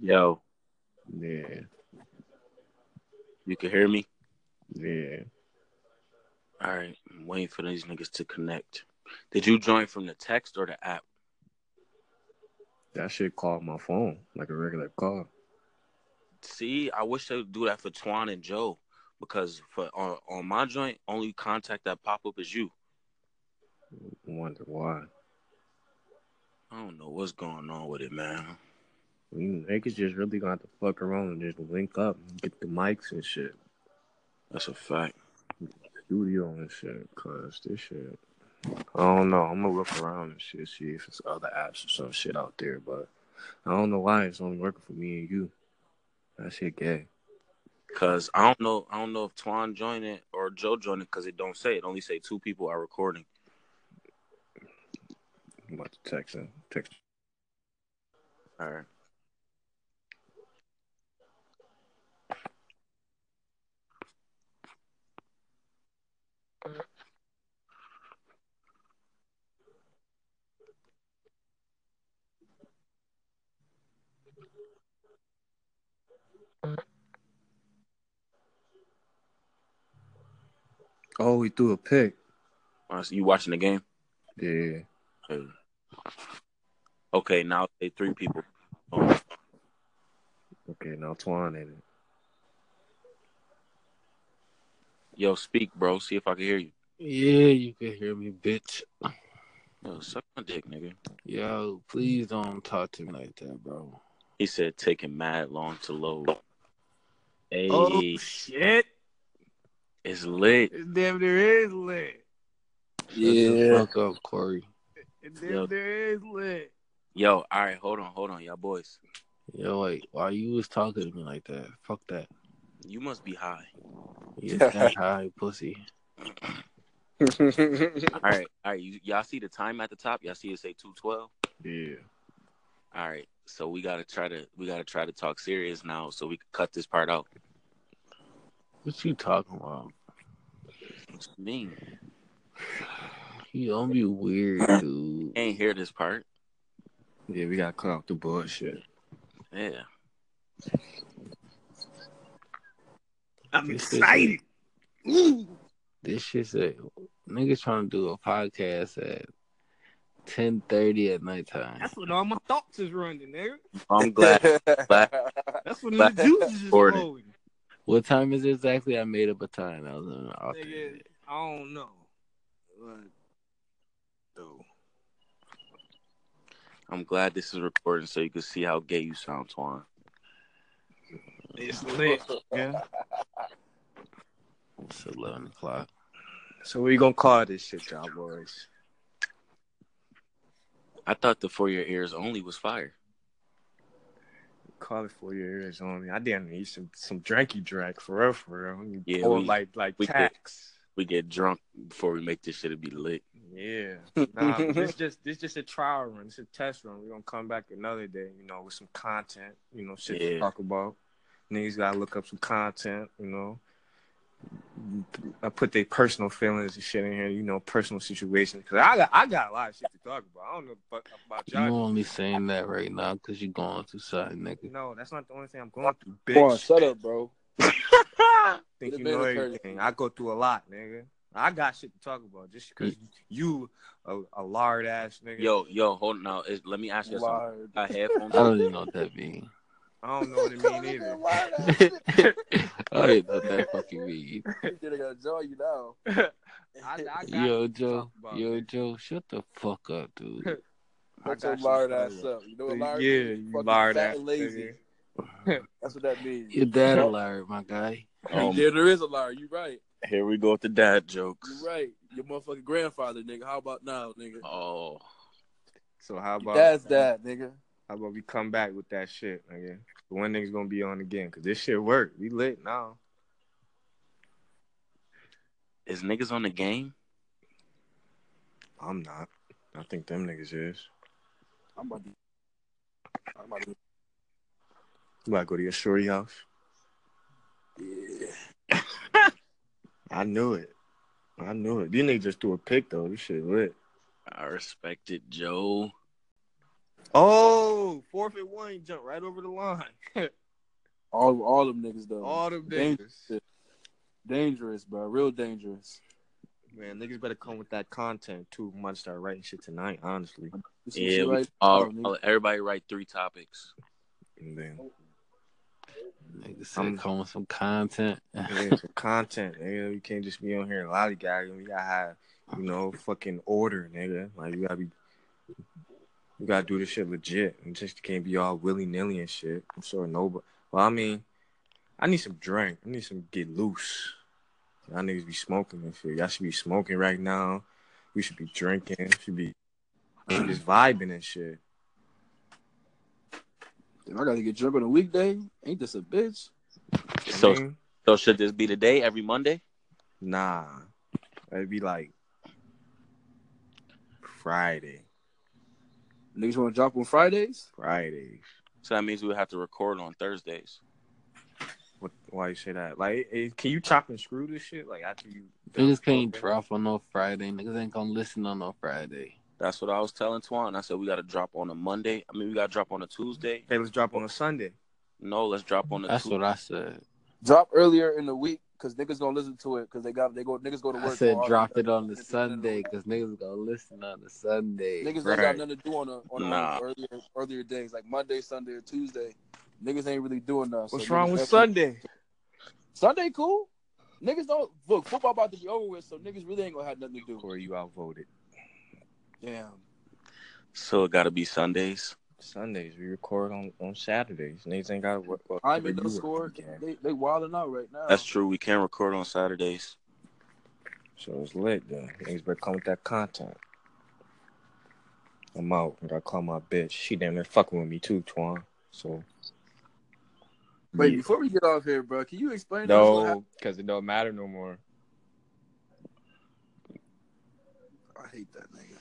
Yo, Yeah, you can hear me? yeah. All right, I'm waiting for these niggas to connect. Did you join from the text or the app? That shit called my phone like a regular call. See, I wish they would do that for Twan and Joe because for on, on my joint, only contact that pop up is you. Wonder why? I don't know what's going on with it, man. You niggas just really gonna have to fuck around and just link up, and get the mics and shit, That's a fact. studio and shit. Cause this shit, I don't know. I'm gonna look around and shit, see if it's other apps or some shit out there. But I don't know why it's only working for me and you. That shit gay. Cause I don't know, I don't know if Twan joined it or Joe joined it because it don't say it. Only say two people are recording. I'm about to text him. Text. All right. Oh, he threw a pick. Uh, so You watching the game? Yeah. Okay. Okay, now say three people. Oh, Okay, now Twan in it. Yo, speak, bro. See if I can hear you. Yeah, you can hear me, bitch. Yo, suck my dick, nigga. Yo, please don't talk to me like that, bro. He said taking mad long to load. Hey, Oh. Oh, shit! it's lit. It's damn there is lit. Yeah. Shut the fuck up, Corey. It's damn Yo. there is lit. Yo, all right, hold on, hold on, y'all boys. Yo, like, why you was talking to me like that? Fuck that. You must be high. You that high pussy. All right, all right. You, y'all see the time at the top? Y'all see it say two twelve? Yeah. All right. So we gotta try to we gotta try to talk serious now, so we can cut this part out. What you talking about? What you mean? You don't be weird, dude. Ain't hear this part. Yeah, we gotta cut out the bullshit. Yeah. I'm This is- excited. Ooh. This shit's a niggas trying to do a podcast at ten thirty at nighttime. That's what all my thoughts is running, nigga. I'm glad. That's when the juice is just Recording. flowing. What time is it exactly? I made up a time. I was in the alternate. Nigga, I don't know. But, though. I'm glad this is recording, so you can see how gay you sound, Twan. It's lit. Yeah. It's eleven o'clock. So we gonna call this shit, y'all boys. I thought the for your ears only was fire. Call it for your ears only. I didn't need some some dranky drag for real, for real. You Yeah, pour we- like like we did. tax. We get drunk before we make this shit. It'd be lit. Yeah. Nah, but this just this just a trial run. It's a test run. We're gonna come back another day, you know, with some content, you know, shit Yeah. to talk about. Niggas gotta look up some content, you know. I put their personal feelings and shit in here, you know, personal situations. Cause I got I got a lot of shit to talk about. I don't know fuck about You y'all. only saying that right now because you're going through something, nigga. No, that's not the only thing I'm going through, bitch. Come on, shut up, bro. think Would've you been know a person. everything. I go through a lot, nigga. I got shit to talk about just because you a, a lard ass nigga. Yo, yo, hold on. Now, Is- let me ask you something. Liar. Got headphones. I don't even know what that means. I don't know what it mean either. Liar. I don't even know what that fucking means. You didn't gotta draw you now. I, I got Yo, shit to Joe. talk about, Yo, nigga. Joe, shut the fuck up, dude. I Put your got you, lard son. ass up. You Yeah, know what lard is? you Fucking lard fat ass and lazy. nigga. That's what that means. Your dad a liar, my guy. Um, yeah, there is a liar. You right. here we go with the dad jokes. You right. Your motherfucking grandfather, nigga. How about now, nigga? Oh, So how about That's that, nigga. how about we come back with that shit, nigga? The one nigga's gonna be on again because this shit worked. We lit now. is niggas on the game? I'm not. I think them niggas is. I'm about to. I'm about to. You gotta go to your shorty house. Yeah. I knew it. I knew it. These niggas just threw a pick though. This shit lit. I respect it, Joe. Oh, fourth and one, jump right over the line. All all them niggas though. All them Dang- niggas. dangerous, bro. Real dangerous. Man, niggas better come with that content too. I'm gonna start writing shit tonight, honestly. This some Yeah, shit we- right- all- oh, nigga. all- everybody write three topics. And then Nigga I'm- said, come with some content. Yeah, some content, nigga. You can't just be on here lollygagging. We gotta have, you know, fucking order, nigga. Like you gotta be, you gotta do this shit legit. You just can't be all willy nilly and shit. I'm sure nobody. Well, I mean, I need some drink. I need some get loose. Y'all niggas be smoking and shit. Y'all should be smoking right now. We should be drinking. Should be just vibing and shit. If I gotta get drunk on a weekday, ain't this a bitch? So, Mhm. so should this be the day every Monday? Nah. It'd be like Friday. Niggas wanna drop on Fridays? Friday. So that means we would have to record on Thursdays. What why you say that? Like eh, can you chop and screw this shit? Like after you Niggas can't drop on no Friday. Niggas ain't gonna listen on no Friday. That's what I was telling Twan. I said we gotta drop on a Monday. I mean, we gotta drop on a Tuesday. Okay, let's drop on a Sunday. No, let's drop on a That's Tuesday. what I said. Drop earlier in the week because niggas gonna listen to it because they got they go niggas go to work. I said all- drop it on the niggas Sunday because niggas gonna listen on the Sunday. Niggas ain't Right. got nothing to do on a, on, a- Nah. earlier earlier days like Monday, Sunday, or Tuesday. Niggas ain't really doing nothing. so What's niggas wrong with definitely- Sunday? Sunday cool. Niggas don't look football about to be over with, so niggas really ain't gonna have nothing to do. Corey, you outvoted. Damn. So it gotta be Sundays. Sundays. We record on, on Saturdays. Niggas ain't gotta work. well, I'm in you no work score. again. They they wilding out right now. That's true. We can record on Saturdays. So it's lit then. Niggas better come with that content. I'm out. I gotta call my bitch. She damn near fucking with me too, Twan. So Wait, before we get off here, bro, can you explain to us what happened? No, because it don't matter no more. I hate that nigga.